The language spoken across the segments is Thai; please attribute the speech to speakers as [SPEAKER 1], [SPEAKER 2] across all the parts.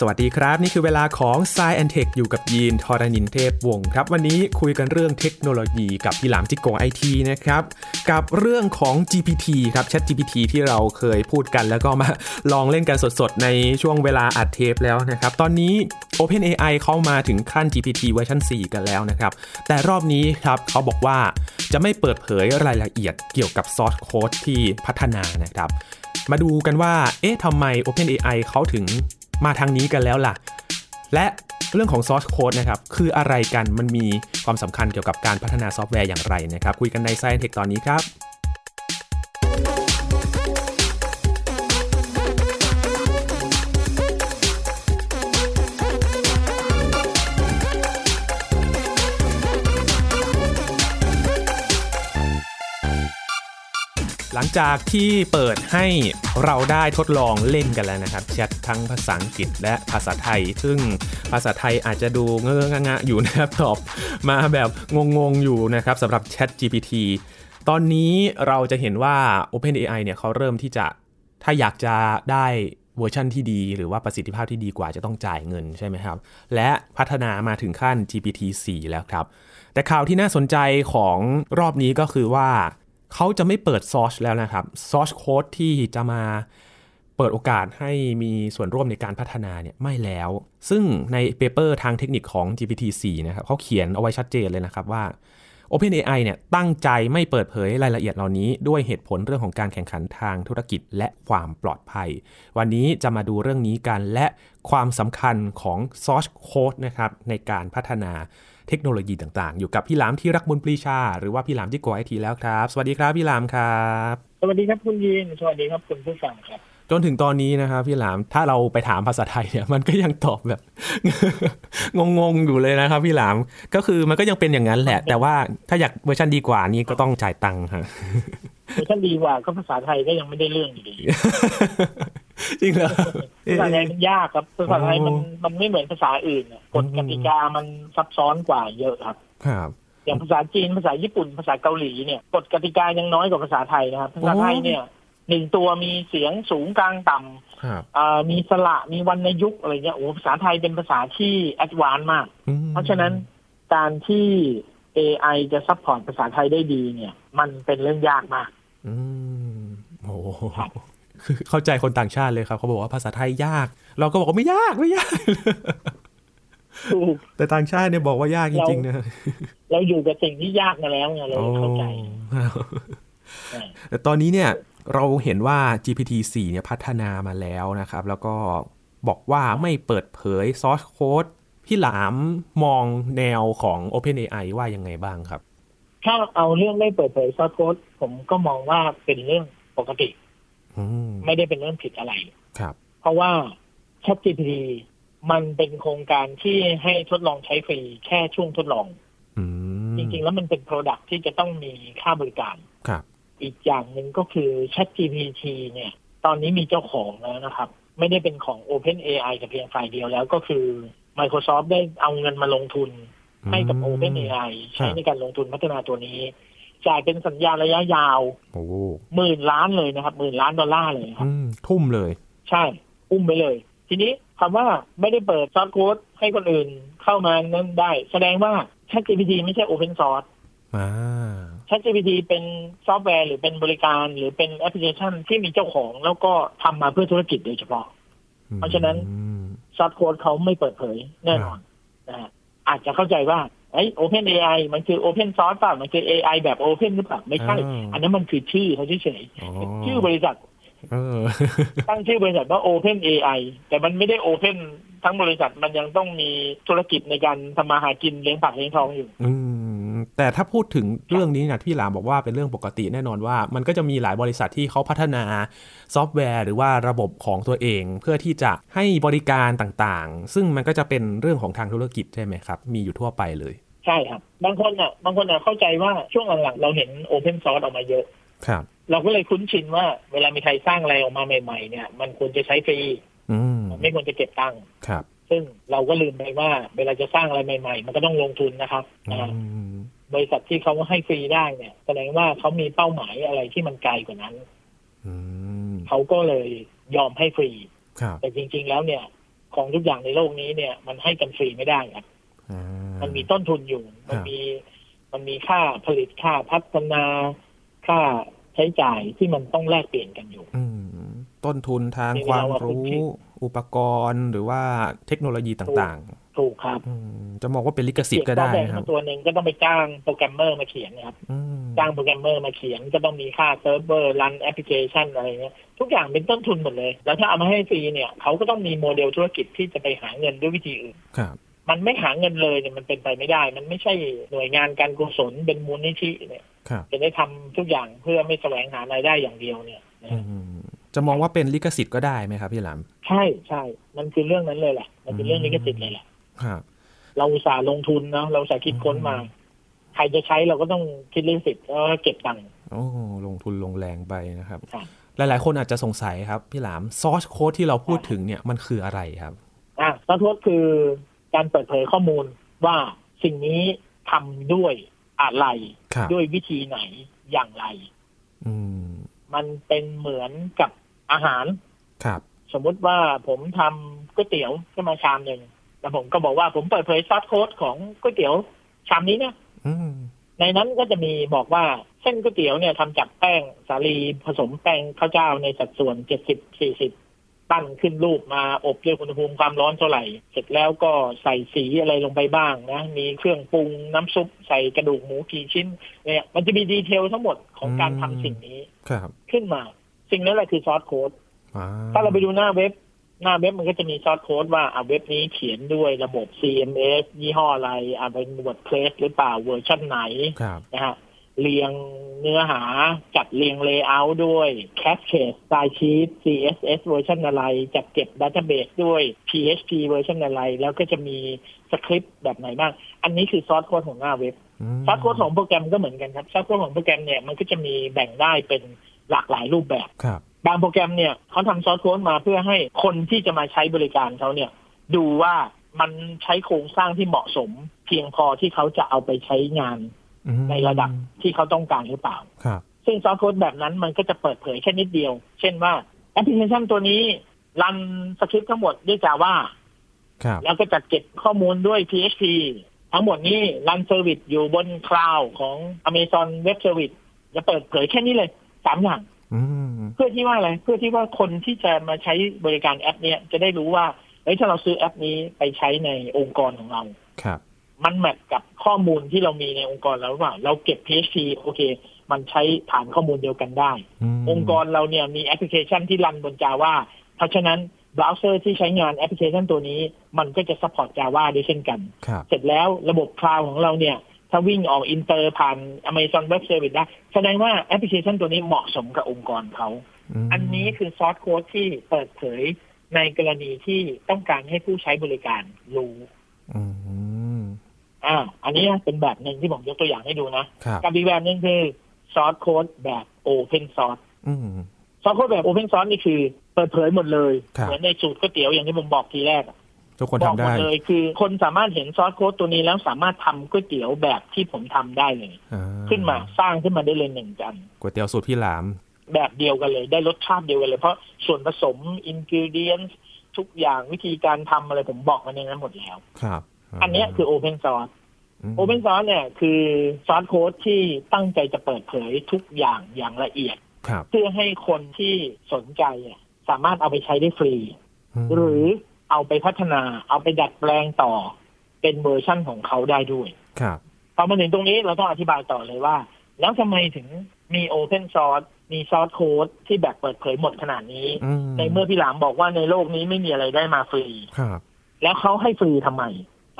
[SPEAKER 1] สวัสดีครับ นี่คือเวลาของ s ซแอนเทคอยู่กับยีนทอรานินเทพวงศ์ครับ วันนี้คุยกันเรื่องเทคโนโลยีกับพี่หลามจิโกไอทีนะครับ กับเรื่องของ GPT ครับ Chat GPT ที่เราเคยพูดกัน แล้วก็มา ลองเล่นกันสดๆ ในช่วงเวลาอัดเทปแล้วนะครับ ตอนนี้ OpenAI เข้ามาถึงขั้น GPT เวอร์ชัน4 กันแล้วนะครับ แต่รอบนี้ครับเขาบอกว่าจะไม่เปิดเผยรายละเอียดเกี่ยวกับซอสโค้ดที่พัฒนานะครับ มาดูกันว่า เอ๊ะทำไม OpenAI เขาถึงมาทางนี้กันแล้วล่ะ และเรื่องของ source code นะครับ คืออะไรกัน มันมีความสำคัญเกี่ยวกับการพัฒนาซอฟต์แวร์อย่างไรนะครับ คุยกันใน Science Tech ตอนนี้ครับ หลังจากที่เปิดให้เราได้ทดลองเล่นกันแล้วนะครับแชททั้งภาษาอังกฤษและภาษาไทย ซึ่งภาษาไทยอาจจะดูเงอะงะๆอยู่นะครับ ตอบมาแบบงงๆอยู่นะครับสำหรับแชท GPT ตอนนี้เราจะเห็นว่า OpenAI เนี่ยเขาเริ่มที่จะถ้าอยากจะได้เวอร์ชันที่ดี หรือว่าประสิทธิภาพที่ดีกว่าจะต้องจ่ายเงินใช่ไหมครับ และพัฒนามาถึงขั้น GPT 4 แล้วครับ แต่ข่าวที่น่าสนใจของรอบนี้ก็คือว่า เขาจะไม่เปิดซอ c แล้วนะครับซอ c โค้ดที่จะมาเปิดโอกาสให้มีส่วนร่วมในการพัฒนาเนี่ยไม่แล้ว ซึ่งในเปเปอร์ทางเทคนิคของ GPT 4 นะครับเขาเขียนเอาไว้ชัดเจนเลยนะครับว่า OpenAI เนี่ยตั้งใจไม่เปิดเผยรายละเอียดเหล่านี้ ด้วยเหตุผลเรื่องของการแข่งขันทางธุรกิจและความปลอดภัย วันนี้จะมาดูเรื่องนี้กันและความสำคัญของ source code นะครับในการพัฒนาเทคโนโลยีต่างๆ อยู่กับพี่หลามที่รักบุญปรีชา หรือว่าพี่หลามที่กอไอทีแล้วครับ สวัสดีครับพี่หลามครับ
[SPEAKER 2] สวัสดีครับคุณยีนสวัสดีครับคุณผู้ฟังครับ
[SPEAKER 1] จนถึงตอนนี้นะครับพี่หลามถ้าเราไปถามภาษาไทยเนี่ยมันก็ยังตอบแบบ งงๆอยู่เลยนะครับพี่หลามก็คือมันก็ยังเป็นอย่างนั้นแหละ แต่ว่าถ้าอยากเวอร์ชันดีกว่านี้ก็ต้องจ่ายตังค์ฮะ
[SPEAKER 2] ถ้าดีกว่าก็ภาษาไทยก็ยังไม่ได้เรื่องอยู่ดี
[SPEAKER 1] จริงเหรอเอ๊ะ
[SPEAKER 2] ภาษาไทยมันยากครับภาษาไทยมัน
[SPEAKER 1] อ๋อ
[SPEAKER 2] มันไม่เหมือนภาษาอื่นอะกฎ
[SPEAKER 1] อืม
[SPEAKER 2] กติกามันซับซ้อนกว่าเยอะครับ
[SPEAKER 1] ครับ
[SPEAKER 2] อย่างภาษาจีนภาษาญี่ปุ่นภาษาเกาหลีเนี่ยกฎกติกายังน้อยกว่าภาษาไทยนะครับภาษาไทยเนี่ยหนึ่งตัวมีเสียงสูงกลางต่
[SPEAKER 1] ครับ
[SPEAKER 2] ำอ่ามีสระมีวรรณยุกต์อะไรเงี้ยโอ้โหภาษาไทยเป็นภาษาที่แอดวานซ์มาก
[SPEAKER 1] อืม
[SPEAKER 2] เพราะฉะนั้นการที่ AI จะซัพพอร์ตภาษาไทยได้ดีเนี่ย มันเป็นเรื่องยากมาก
[SPEAKER 1] อืมโอ้โห
[SPEAKER 2] ครับ
[SPEAKER 1] คือเข้าใจคนต่างชาติเลยครับเขาบอกว่าภาษาไทยยาก เราก็บอกว่าไม่ยากไม่ยาก
[SPEAKER 2] ถูก
[SPEAKER 1] แต่ต่างชาติเนี่ยบอกว่ายากจริงๆ
[SPEAKER 2] เรา
[SPEAKER 1] นะ
[SPEAKER 2] เราอยู่กับสิ่งที่ยากมาแล้วไงเราเลยเข้าใจ
[SPEAKER 1] โอ้
[SPEAKER 2] ใช่
[SPEAKER 1] แต่ตอนนี้เนี่ยเราเห็นว่า GPT 4เนี่ยพัฒนามาแล้วนะครับ แล้วก็บอกว่าไม่เปิดเผย source code พี่หลามมองแนวของ OpenAI ว่ายังไงบ้างครับ
[SPEAKER 2] ถ้าเอาเรื่องไม่เปิดเผยซอสโค้ดผมก็มองว่าเป็นเรื่องปกติ
[SPEAKER 1] อืม
[SPEAKER 2] ไม่ได้เป็นเรื่องผิดอะไร
[SPEAKER 1] ครับ
[SPEAKER 2] เพราะว่า ChatGPT มันเป็นโครงการที่ให้ทดลองใช้ฟรีแค่ช่วงทดลอง
[SPEAKER 1] อืม
[SPEAKER 2] จริงๆ แล้วมันเป็นโปรดักที่จะต้องมีค่าบริการ
[SPEAKER 1] ครับ
[SPEAKER 2] อีกอย่างหนึ่งก็คือ ChatGPT เนี่ย ตอนนี้มีเจ้าของแล้วนะครับ ไม่ได้เป็นของ OpenAI แต่เพียงฝ่ายเดียวแล้วก็คือ Microsoft ได้เอาเงินมาลงทุน ให้กับ OpenAI ใช้ในการลงทุนพัฒนาตัวนี้ จ่ายเป็นสัญญาระยะยาว
[SPEAKER 1] โอ้โห
[SPEAKER 2] หมื่นล้านเลยนะครับหมื่นล้านดอลลาร์เลยนะครับ
[SPEAKER 1] อืมทุ่มเลย
[SPEAKER 2] ใช่ อุ้มไปเลย ทีนี้คำว่าไม่ได้เปิดซอสโค้ดให้คนอื่นเข้ามานั้นได้ แสดงว่า ChatGPT ไม่ใช่ Open Source
[SPEAKER 1] อ่า
[SPEAKER 2] ChatGPT เป็นซอฟต์แวร์หรือเป็นบริการหรือเป็นแอปพลิเคชันที่มีเจ้าของ แล้วก็ทำมาเพื่อธุรกิจโดยเฉพาะ เพราะฉะนั้น
[SPEAKER 1] อืม
[SPEAKER 2] ซอฟต์โค้ดเขาไม่เปิดเผยแน่นอนนะฮะอาจจะเข้าใจว่าไอ้ Open AI มันคือ Open Source เปล่ามันคือ AI แบบ Open หรือเปล่าไม่ใช่ อันนั้นมันคือชื่อเขาเฉย
[SPEAKER 1] อ๋อ
[SPEAKER 2] ๆชื่อบริษั ท
[SPEAKER 1] เออ
[SPEAKER 2] ตั้งชื่อบริษัทว่า Open AI แต่มันไม่ได้ Open ทั้งบริษัทมันยังต้องมีธุรกิจในการทำมาหากินเลี้ยงปากเลี้ยงท้องอยู่
[SPEAKER 1] อืมแต่ถ้าพูดถึงเรื่องนี้นะที่หลามบอกว่าเป็นเรื่องปกติแน่นอนว่า มันก็จะมีหลายบริษัทที่เขาพัฒนาซอฟต์แวร์หรือว่าระบบของตัวเอง เพื่อที่จะให้บริการต่างๆ ซึ่งมันก็จะเป็นเรื่องของทางธุรกิจใช่ไหมครับ มีอยู่ทั่วไปเลย
[SPEAKER 2] ใช่ครับ บางคนอ่ะ บางคนอ่ะเข้าใจว่าช่วงหลังๆเราเห็น Open Source ออกมาเยอะ
[SPEAKER 1] ครับ
[SPEAKER 2] เราก็เลยคุ้นชินว่าเวลามีใครสร้างอะไรออกมาใหม่ๆ เนี่ย มันควรจะใช้ฟรี
[SPEAKER 1] อืม
[SPEAKER 2] มันไม่ควรจะเก็บตังค์
[SPEAKER 1] ครับ
[SPEAKER 2] ซึ่งเราก็ลืมไปว่า เวลาจะสร้างอะไรใหม่ๆ มันก็ต้องลงทุนนะครับ
[SPEAKER 1] อื
[SPEAKER 2] นะฮะ
[SPEAKER 1] ม
[SPEAKER 2] บริษัทที่เขาให้ฟรีได้เนี่ยแสดงว่าเขามีเป้าหมายอะไรที่มันไกลกว่านั้น
[SPEAKER 1] อืม
[SPEAKER 2] เขาก็เลยยอมให้ฟรี
[SPEAKER 1] ครับ
[SPEAKER 2] แต่จริง ๆ แล้วเนี่ย ของทุกอย่างในโลกนี้เนี่ย มันให้กันฟรีไม่ได้ครับ
[SPEAKER 1] อ่า
[SPEAKER 2] มันมีต้นทุนอยู่ มัน
[SPEAKER 1] ครับ
[SPEAKER 2] มีมันมีค่าผลิตค่าพัฒนาค่าใช้จ่ายที่มันต้องแลกเปลี่ยนกันอยู่
[SPEAKER 1] อืมต้นทุนทางความรู้อุปกรณ์หรือว่าเทคโนโลยีต่าง
[SPEAKER 2] ถูกครับ
[SPEAKER 1] ๆอืมจะมองว่าเป็นลิขสิทธิ์ก็ได้
[SPEAKER 2] เขียนซอฟต์แว
[SPEAKER 1] นะครั
[SPEAKER 2] ร์มา
[SPEAKER 1] บ
[SPEAKER 2] ตัวหนึ่งก็ต้องไปจ้างโปรแกรมเมอร์มาเขียนนะครับ
[SPEAKER 1] อืม
[SPEAKER 2] จ้างโปรแกรมเมอร์มาเขียนก็ต้องมีค่าเซิร์ฟเวอร์รันแอปพลิเคชันอะไรเงี้ยทุกอย่างเป็นต้นทุนหมดเลย แล้วถ้าเอามาให้ฟรีเนี่ยเขาก็ต้องมีโมเดลธุรกิจที่จะไปหาเงินด้วยวิธีอื่น
[SPEAKER 1] ครับ
[SPEAKER 2] มันไม่หาเงินเลยเนี่ยมันเป็นไปไม่ได้ มันไม่ใช่หน่วยงานการกุศลเป็นมูลนิธิเนี่ย
[SPEAKER 1] ครับ
[SPEAKER 2] จะได้ทำทุกอย่างเพื่อไม่แสวงหารายได้อย่างเดียวเนี่ยนะ
[SPEAKER 1] อื
[SPEAKER 2] ฮะ
[SPEAKER 1] มจะมองว่าเป็นลิขสิทธิ์ก็ได้ไหมครับพี่หลาม
[SPEAKER 2] ใช่ใช่มันคือเรื่องนั้นเลยแหละมันเป็นเรื่องลิขสิทธิ์เลยแหละ
[SPEAKER 1] ครับ
[SPEAKER 2] เราอุตส่าห์ลงทุนเนาะเราอุตส่าห์คิดค้นมา
[SPEAKER 1] อืม
[SPEAKER 2] ใครจะใช้เราก็ต้องคิดลิขสิทธิ์แล้วก็เก็บตังค์
[SPEAKER 1] โอ้ลงทุนลงแรงไปนะครับ
[SPEAKER 2] ครับ
[SPEAKER 1] หลายๆ คนอาจจะสงสัยครับ พี่หลามซอสโค้ดที่เราพูดถึงเนี่ยมันคืออะไรครับ
[SPEAKER 2] อ่ะนักโทษคือการเปิดเผยข้อมูลว่าสิ่งนี้ทำด้วยอะไร
[SPEAKER 1] ครับ
[SPEAKER 2] ด้วยวิธีไหนอย่างไร
[SPEAKER 1] อืม
[SPEAKER 2] มันเป็นเหมือนกับอาหาร
[SPEAKER 1] ครับ
[SPEAKER 2] สมมุติว่าผมทำก๋วยเตี๋ยวขึ้นมาชามหนึ่งแล้วผมก็บอกว่าผมเปิดเผยซอสโค้ดของก๋วยเตี๋ยวชามนี้นะ
[SPEAKER 1] อืม
[SPEAKER 2] ในนั้นก็จะมีบอกว่าเส้นก๋วยเตี๋ยวเนี่ยทำจากแป้งสาลีผสมแป้งข้าวเจ้าในสัดส่วนเจ็ดสิบสี่สิบปั้นขึ้นรูปมาอบด้วยอุณหภูมิความร้อนเท่าไหร่ เสร็จแล้วก็ใส่สีอะไรลงไปบ้างนะ มีเครื่องปรุงน้ำซุปใส่กระดูกหมูกี่ชิ้นเนี่ยมันจะมีดีเทลทั้งหมดของการทำสิ่งนี้
[SPEAKER 1] ครับ
[SPEAKER 2] ขึ้นมา สิ่งนั้นแหละคือซอสโค้ด
[SPEAKER 1] อ่
[SPEAKER 2] ถ้าเราไปดูหน้าเว็บ หน้าเว็บมันก็จะมีซอสโค้ดว่าอ่ะเว็บนี้เขียนด้วยระบบ CMS ยี่ห้ออะไรอ่ะเป็น WordPress หรือเปล่าเวอร์ชันไหน
[SPEAKER 1] ครับ
[SPEAKER 2] นะฮะเรียงเนื้อหาจัดเรียงเลเยอร์ด้วย c a s c a d e Style Sheet CSS เวอร์ชันอะไร จัดเก็บ Database ด้วย PHP เวอร์ชันอะไร แล้วก็จะมีสคริปต์แบบไหนบ้าง อันนี้คือซอสโค้ดของหน้าเว็บ
[SPEAKER 1] ม
[SPEAKER 2] ซอสโค้ดของโปรแกรมก็เหมือนกันครับซอสโค้ดของโปรแกรมเนี่ยมันก็จะมีแบ่งได้เป็นหลากหลายรูปแบบ
[SPEAKER 1] ครับ
[SPEAKER 2] บางโปรแกรมเนี่ยเขาทำซอสโค้ดมาเพื่อให้คนที่จะมาใช้บริการเขาเนี่ย ดูว่ามันใช้โครงสร้างที่เหมาะสม เพียงพอที่เขาจะเอาไปใช้งาน
[SPEAKER 1] อืม
[SPEAKER 2] ในระดับที่เขาต้องการหรือเปล่า
[SPEAKER 1] ครับ
[SPEAKER 2] ซึ่งซอฟต์โค้ดแบบนั้นมันก็จะเปิดเผยแค่นิดเดียว เช่นว่าแอปพลิเคชันตัวนี้รันสคริปต์ทั้งหมดด้วย Java
[SPEAKER 1] ครับ
[SPEAKER 2] แล้วก็จัดเก็บข้อมูลด้วย PHP ทั้งหมดนี้รันเซอร์วิสอยู่บนคลาวของ Amazon Web Service จะเปิดเผยแค่นี้เลยสามอย่าง
[SPEAKER 1] อืม
[SPEAKER 2] เพื่อที่ว่าอะไร เพื่อที่ว่าคนที่จะมาใช้บริการแอป เนี้ยจะได้รู้ว่าเฮ้ยถ้าเราซื้อแอปนี้ไปใช้ในองค์กรของเรา
[SPEAKER 1] ครับ
[SPEAKER 2] มันแมทกับข้อมูลที่เรามีในองค์กรแล้วหรือเปล่า เราเก็บ PHP โอเค มันใช้ฐานข้อมูลเดียวกันได้
[SPEAKER 1] ม
[SPEAKER 2] องค์กรเราเนี่ยมีแอปพลิเคชันที่รันบน Java เพราะฉะนั้นเบราว์เซอร์ที่ใช้งานแอปพลิเคชันตัวนี้ มันก็จะสปอร์ต Java ด้วยเช่นกัน
[SPEAKER 1] ครับ
[SPEAKER 2] เสร็จแล้วระบบคลาวของเราเนี่ย ถ้าวิ่งออกอินเตอร์ผ่าน Amazon Web Service ได้แสดงว่าแอปพลิเคชันตัวนี้เหมาะสมกับองค์กรเขา
[SPEAKER 1] ม
[SPEAKER 2] อันนี้คือซอสโค้ดที่เปิดเผยในกรณีที่ต้องการให้ผู้ใช้บริการรู้
[SPEAKER 1] ม
[SPEAKER 2] อ่า อันนี้เป็นแบบหนึ่งที่ผมยกตัวอย่างให้ดูนะ
[SPEAKER 1] ครับ
[SPEAKER 2] กับอีกแบบหนึ่งคือซอสโค้ดแบบ Open Source
[SPEAKER 1] อืม
[SPEAKER 2] ซอสโค้ดแบบ Open Source นี่คือเปิดเผยหมดเลย
[SPEAKER 1] ครับ
[SPEAKER 2] เหมือนในสูตรก๋วยเตี๋ยวอย่างที่ผมบอกทีแรกอะ
[SPEAKER 1] ทุกคน
[SPEAKER 2] บอก
[SPEAKER 1] ทำ
[SPEAKER 2] หม
[SPEAKER 1] ได้
[SPEAKER 2] ดเลยคือ คนสามารถเห็นซอสโค้ดตัวนี้แล้วสามารถทำก๋วยเตี๋ยวแบบที่ผมทำได้เลย
[SPEAKER 1] อ่
[SPEAKER 2] ขึ้นมาสร้างขึ้นมาได้เลยหนึ่งจาน
[SPEAKER 1] ก๋วยเตี๋ยวสูตรพี่หลาม
[SPEAKER 2] แบบเดียวกันเลย ได้รสชาติเดียวกันเลย เพราะส่วนผสมอินกิวเดียนทุกอย่างวิธีการทำอะไรผมบอกมาในนั้นหมดแล้ว
[SPEAKER 1] ครับ
[SPEAKER 2] อันเนี้ยคือ Open Source
[SPEAKER 1] ม
[SPEAKER 2] โอเ n นซอ c e เนี่ยคือซอสโค้ดที่ตั้งใจจะเปิดเผยทุกอย่างอย่างละเอียด
[SPEAKER 1] ครับ
[SPEAKER 2] เพื่อให้คนที่สนใจเนี่ยสามารถเอาไปใช้ได้ฟรี
[SPEAKER 1] ม
[SPEAKER 2] หรือเอาไปพัฒนาเอาไปดัดแปลงต่อ เป็นเวอร์ชั่นของเขาได้ด้วย
[SPEAKER 1] ครับ
[SPEAKER 2] พอมาถึงตรงนี้เราต้องอธิบายต่อเลยว่า แล้วทำไมถึงมีโอเพนซอ r c e มีซอสโค้ดที่แบบเปิดเผยหมดขนาดนี้
[SPEAKER 1] อืม
[SPEAKER 2] ในเมื่อพี่หลามบอกว่าในโลกนี้ไม่มีอะไรได้มาฟรี
[SPEAKER 1] ครับ
[SPEAKER 2] แล้วเขาให้ฟรีทำไม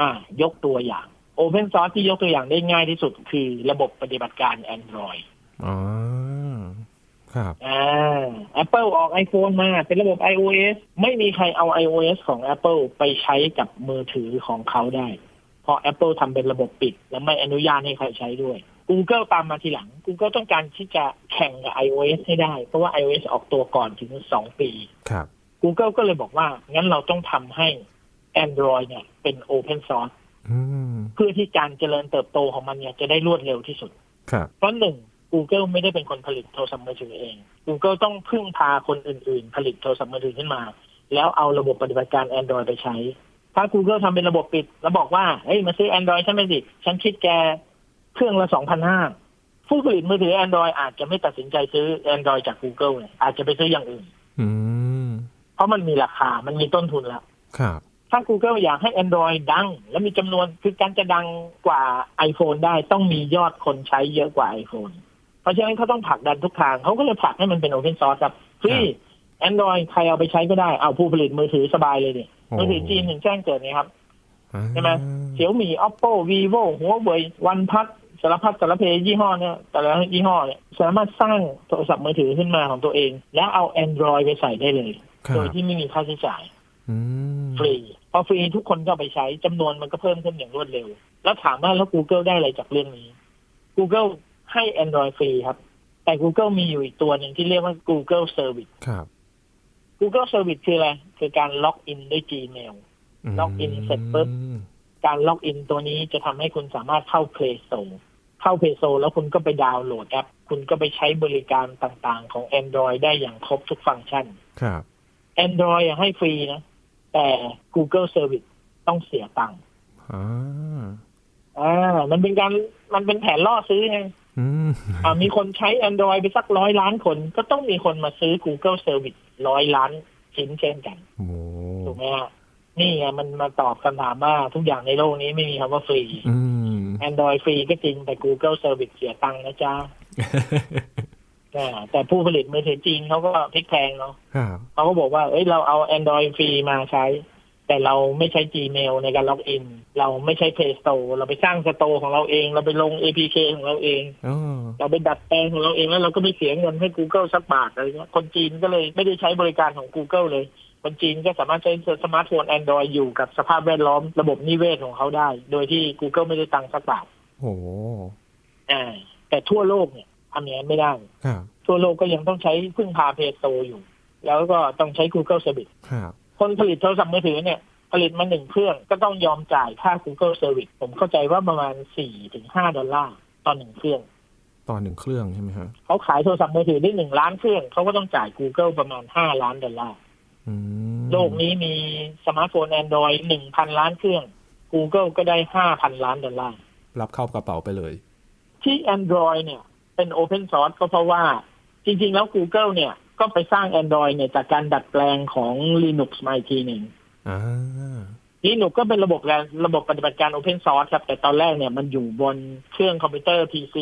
[SPEAKER 2] อ่า ยกตัวอย่าง Open Source ที่ยกตัวอย่างได้ง่ายที่สุดคือระบบปฏิบัติการ Android
[SPEAKER 1] อ๋อครับ
[SPEAKER 2] อ่า Apple ออก iPhone มา เป็นระบบ iOS ไม่มีใครเอา iOS ของ Apple ไปใช้กับมือถือของเขาได้ เพราะ Apple ทำเป็นระบบปิด และไม่อนุญาตให้ใครใช้ด้วย Google ตามมาทีหลัง Google ต้องการที่จะแข่งกับ iOS ให้ได้ เพราะว่า iOS ออกตัวก่อนถึง 2 ปี
[SPEAKER 1] ครับ
[SPEAKER 2] Google ก็เลยบอกว่า งั้นเราต้องทำให้ Android เนี่ยเป็น Open Source
[SPEAKER 1] อืม
[SPEAKER 2] เพื่อที่การเจริญเติบโตของมันเนี่ยจะได้รวดเร็วที่สุด
[SPEAKER 1] ครับ
[SPEAKER 2] เพราะหนึ่ง Google ไม่ได้เป็นคนผลิตโทรศัพท์มือถือเอง Google ต้องพึ่งพาคนอื่น ๆ ผลิตโทรศัพท์มือถือขึ้นมา แล้วเอาระบบปฏิบัติการ Android ไปใช้ ถ้า Google ทำเป็นระบบปิด แล้วบอกว่าเฮ้ยมาซื้อ Android ใช่ไหมสิ ฉันคิดแกเครื่องละสองพันห้าผู้ผลิตมือถือ Android อาจจะไม่ตัดสินใจซื้อ Android จาก Google เนี่ยอาจจะไปซื้ออย่างอื่น
[SPEAKER 1] อืม
[SPEAKER 2] เพราะมันมีราคา มันมีต้นทุนแล้ว
[SPEAKER 1] ครับ
[SPEAKER 2] ถ้า Google อยากให้ Android ดัง และมีจำนวนคือการจะดังกว่า iPhone ได้ต้องมียอดคนใช้เยอะกว่า iPhone เพราะฉะนั้นเขาต้องผลักดันทุกทางเขาก็เลยผลักให้มันเป็น Open Source ครับฟ
[SPEAKER 1] ค
[SPEAKER 2] รี
[SPEAKER 1] รับ
[SPEAKER 2] Android ใครเอาไปใช้ก็ได้เอาผู้ผลิตมือถือสบายเลยดิ
[SPEAKER 1] โอ้
[SPEAKER 2] มือถือจีนถึงแจ้งเกิดไงครับ
[SPEAKER 1] อ่า
[SPEAKER 2] ใช่ไหม เสี่ยวมี Oppo Vivo Huawei OnePlus สารพัดสารเพยี่ห้อเนี่ยแต่ละยี่ห้อเนี่ยสามารถสร้างโทรศัพท์มือถือขึ้นมาของตัวเอง แล้วเอา Android ไปใส่ได้เลย
[SPEAKER 1] ครับ
[SPEAKER 2] โดยที่ไม่มีค่าใช้จ่าย
[SPEAKER 1] อืม
[SPEAKER 2] ฟรีพอฟรีทุกคนก็เอาไปใช้จำนวนมันก็เพิ่มขึ้นอย่างรวดเร็ว แล้วถามว่าแล้ว Google ได้อะไรจากเรื่องนี้ Google ให้ Android ฟรีครับ แต่ Google มีอยู่อีกตัวหนึ่งที่เรียกว่า Google Service
[SPEAKER 1] ครับ
[SPEAKER 2] Google Service คืออะไร คือการล็อกอินด้วย Gmail ล็อกอินเสร็จปุ๊บ
[SPEAKER 1] อืม
[SPEAKER 2] การล็อกอินตัวนี้จะทำให้คุณสามารถเข้า Play Store เข้า Play Store แล้วคุณก็ไปดาวน์โหลดแอป คุณก็ไปใช้บริการต่างๆ ของ Android ได้อย่างครบทุกฟังก์ชัน
[SPEAKER 1] ครับ
[SPEAKER 2] Android อะให้ฟรีนะ แต่ Google Service ต้องเสียตังค์
[SPEAKER 1] อ่า
[SPEAKER 2] อ่ามันเป็นการมันเป็นแผนล่อซื้อไง
[SPEAKER 1] อืม
[SPEAKER 2] อ่ามีคนใช้ Android ไปสักร้อยล้านคน ก็ต้องมีคนมาซื้อ Google Service ร้อยล้านชิ้นเช่นกัน
[SPEAKER 1] โอ้โห
[SPEAKER 2] ถูกไหมฮะนี่ไงมันมาตอบคำถามว่าทุกอย่างในโลกนี้ไม่มีคำว่าฟรี
[SPEAKER 1] อืม
[SPEAKER 2] Android ฟรีก็จริงแต่ Google Service เสียตังค์นะจ๊ะอ่าแต่ผู้ผลิตมือถือจริงเขาก็พลิกแพลงเนาะ
[SPEAKER 1] ครับ
[SPEAKER 2] เขาก็บอกว่า เอ้ยเราเอา Android ฟรีมาใช้ แต่เราไม่ใช้ Gmail ในการล็อกอิน เราไม่ใช้ Play Store เราไปสร้างสโตร์ของเราเอง เราไปลง APK ของเราเอง
[SPEAKER 1] อ๋อ
[SPEAKER 2] เราไปดัดแปลงของเราเองแล้วเราก็ไม่เสียเงินให้ Google สักบาทอะไรเงี้ยคนจีนก็เลยไม่ได้ใช้บริการของ Google เลย คนจีนก็สามารถใช้สมาร์ทโฟน Android อยู่กับสภาพแวดล้อมระบบนิเวศของเขาได้ โดยที่ Google ไม่ได้ตังค์สักบาท
[SPEAKER 1] โอ้โห
[SPEAKER 2] อ่าแต่ทั่วโลกเนี่ยทำอย่างนั้นไม่ได้
[SPEAKER 1] ครับ
[SPEAKER 2] ทั่วโลกก็ยังต้องใช้พึ่งพาเพจโตอยู่ แล้วก็ต้องใช้ Google Service
[SPEAKER 1] ครับ
[SPEAKER 2] คนผลิตโทรศัพท์มือถือเนี่ย ผลิตมาหนึ่งเครื่องก็ต้องยอมจ่ายค่า Google Service ผมเข้าใจว่าประมาณ4-5ดอลลาร์ต่อหนึ่งเครื่อง
[SPEAKER 1] ตอนหนึ่งเครื่องใช่ไหมฮะ
[SPEAKER 2] เขาขายโทรศัพท์มือถือได้หนึ่งล้านเครื่อง เขาก็ต้องจ่าย Google ประมาณห้าล้านดอลลาร์
[SPEAKER 1] อืม
[SPEAKER 2] โลกนี้มีสมาร์ทโฟน Android หนึ่งพันล้านเครื่อง Google ก็ได้ห้าพันล้านดอลลาร์
[SPEAKER 1] รับเข้ากระเป๋าไปเลย
[SPEAKER 2] ที่ Android เนี่ย เป็น Open Source ก็เพราะว่า จริง ๆ แล้ว Google เนี่ย ก็ไปสร้าง Android เนี่ย จากการดัดแปลงของ Linux มาอีกทีหนึ่ง
[SPEAKER 1] อ่า
[SPEAKER 2] Linux ก็เป็นระบบการระบบปฏิบัติการ Open Source ครับ แต่ตอนแรกเนี่ยมันอยู่บนเครื่องคอมพิวเตอร์ PC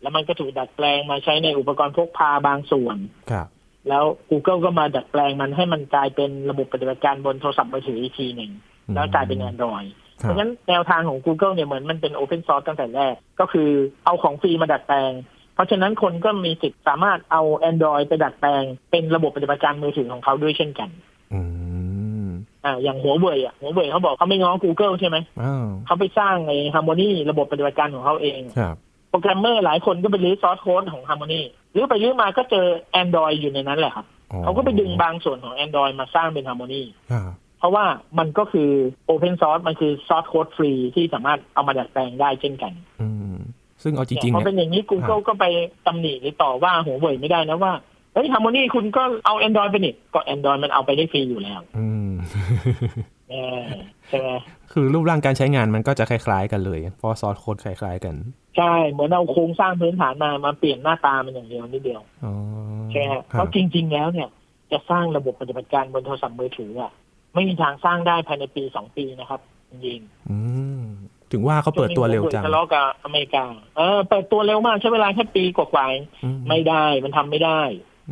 [SPEAKER 2] แล้วมันก็ถูกดัดแปลงมาใช้ในอุปกรณ์พกพาบางส่วน
[SPEAKER 1] ครับ
[SPEAKER 2] แล้ว Google ก็มาดัดแปลงมันให้มันกลายเป็นระบบปฏิบัติการบนโทรศัพท์มือถืออีกทีหนึ่งแล้วกลายเป็น Android
[SPEAKER 1] ค
[SPEAKER 2] เพ
[SPEAKER 1] รับ
[SPEAKER 2] ราะฉะนั้นแนวทางของ Google เนี่ยเหมือนมันเป็น Open Source ตั้งแต่แรก ก็คือเอาของฟรีมาดัดแปลง เพราะฉะนั้นคนก็มีสิทธิ์สามารถเอา Android ไปดัดแปลง เป็นระบบปฏิบัติการมือถือของเขาด้วยเช่นกัน
[SPEAKER 1] อืม
[SPEAKER 2] อ่าอย่างหัวเว่ยอ่ะหัวเว่ยเขาบอกเขาไม่ง้อ Google ใช่ไหม
[SPEAKER 1] อ้าว
[SPEAKER 2] เขาไปสร้างไอ้ Harmony ระบบปฏิบัติการของเขาเอง
[SPEAKER 1] ครับ
[SPEAKER 2] โปรแกรมเมอร์หลายคนก็ไปรื้อซอสโค้ดของ Harmony รื้อไปรื้อมาก็เจอ Android อยู่ในนั้นแหละครับ
[SPEAKER 1] อ๋อ
[SPEAKER 2] เขาก็ไปดึงบางส่วนของ Android มาสร้างเป็น Harmony
[SPEAKER 1] ครับ
[SPEAKER 2] เพราะว่ามันก็คือ Open Source มันคือซอสโค้ดฟรีที่สามารถเอามาดัดแปลงได้เช่นกัน
[SPEAKER 1] อืมซึ่งเอาจริงๆ
[SPEAKER 2] พอ
[SPEAKER 1] เนี่
[SPEAKER 2] เป็น
[SPEAKER 1] ย
[SPEAKER 2] อย่างนี้ Google ก็ไปตำหนิหรือต่อว่าหัวเว่ยไม่ได้นะว่า เฮ้ย Harmony คุณก็เอา Android ไปนี่ก็ Android มันเอาไปได้ฟรีอยู่แล้ว
[SPEAKER 1] อืม
[SPEAKER 2] เออใช่ไหม
[SPEAKER 1] คือรูปร่างการใช้งานมันก็จะคล้ายๆกันเลย เพราะซอสโค้ดคล้ายๆกัน
[SPEAKER 2] ใช่ เหมือนเอาโครงสร้างพื้นฐานมามาเปลี่ยนหน้าตามันอย่างเดียวนิดเดียว
[SPEAKER 1] อ๋อ
[SPEAKER 2] ใช่ไหมฮะ
[SPEAKER 1] ค
[SPEAKER 2] เพ
[SPEAKER 1] รับ
[SPEAKER 2] ราะจริง ๆ แล้วเนี่ย จะสร้างระบบปฏิบัติการบนโทรศัพท์มือถืออะไม่มีทางสร้างได้ภายในปีสองปีนะครับจริงๆ
[SPEAKER 1] อืมถึงว่าเขาเปิดตัวเร็วจัง
[SPEAKER 2] ทะเลาะกับอเมริกา เออ เปิดตัวเร็วมากใช้เวลาแค่ปีกว่าๆเอง
[SPEAKER 1] อื
[SPEAKER 2] ไม่ได้ มันทำไม่ได้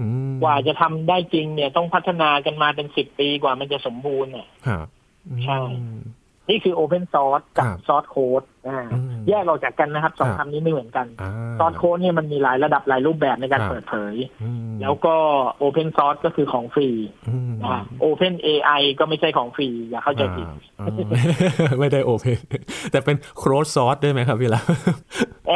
[SPEAKER 1] อืม
[SPEAKER 2] กว่าจะทำได้จริงเนี่ยต้องพัฒนากันมาเป็นสิบปีกว่ามันจะสมบูรณ์เนี่ย
[SPEAKER 1] ครับอืม
[SPEAKER 2] ใช่ นี่คือ Open Source กับ
[SPEAKER 1] ครับ
[SPEAKER 2] Source Code อ่า
[SPEAKER 1] อืม
[SPEAKER 2] แยกออกจากกันนะครับสอง
[SPEAKER 1] ครับ
[SPEAKER 2] คำนี้ไม่เหมือนกัน
[SPEAKER 1] อ่า
[SPEAKER 2] Source Code เนี่ยมันมีหลายระดับหลายรูปแบบในการ
[SPEAKER 1] ครับ
[SPEAKER 2] เปิดเผย
[SPEAKER 1] อืม
[SPEAKER 2] แล้วก็ Open Source ก็คือของฟรี
[SPEAKER 1] อืม
[SPEAKER 2] อ่า Open AI ก็ไม่ใช่ของฟรี อย่าเข้าใจผิด
[SPEAKER 1] อ่าอ่าไม่ได้โอเพนแต่เป็นโครสซอสด้วยไหมครับพี่ลา
[SPEAKER 2] เอ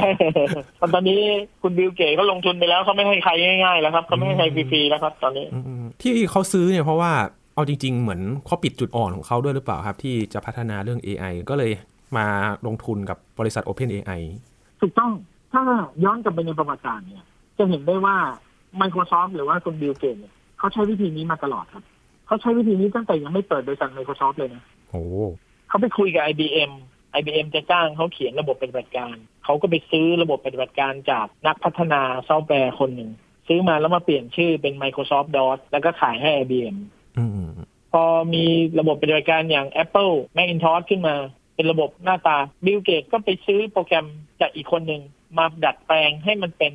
[SPEAKER 2] อตอนนี้คุณบิวเก๋ก็ลงทุนไปแล้วเขาไม่ให้ใครง่ายๆแล้วครับเขาไม่ให้ใครฟรีๆแล้วครับ ตอนนี้
[SPEAKER 1] อืมที่เขาซื้อเนี่ยเพราะว่าเอาจริง ๆ เหมือนเขาปิดจุดอ่อนของเขาด้วยหรือเปล่าครับ ที่จะพัฒนาเรื่อง AI ก็เลยมาลงทุนกับบริษัท OpenAI
[SPEAKER 2] ถูกต้อง ถ้าย้อนกลับไปในประวัติการเนี่ย จะเห็นได้ว่า Microsoft หรือว่าคุณบิลเกตเนี่ยเขาใช้วิธีนี้มาตลอดครับ เขาใช้วิธีนี้ตั้งแต่ยังไม่เปิดบริษัท Microsoft เลยนะ
[SPEAKER 1] โอ้
[SPEAKER 2] เขาไปคุยกับ IBM IBM จะจ้างเขาเขียนระบบปฏิบัติการ เขาก็ไปซื้อระบบปฏิบัติการจากนักพัฒนาซอฟต์แวร์คนหนึ่ง ซื้อมาแล้วมาเปลี่ยนชื่อเป็น Microsoft DOS แล้วก็ขายให้ IBM
[SPEAKER 1] อืม
[SPEAKER 2] พอมีระบบปฏิบัติการอย่าง Apple Macintosh ขึ้นมา เป็นระบบหน้าตาบิลเกตก็ไปซื้อโปรแกรมจากอีกคนหนึ่งมาดัดแปลงให้มันเป็น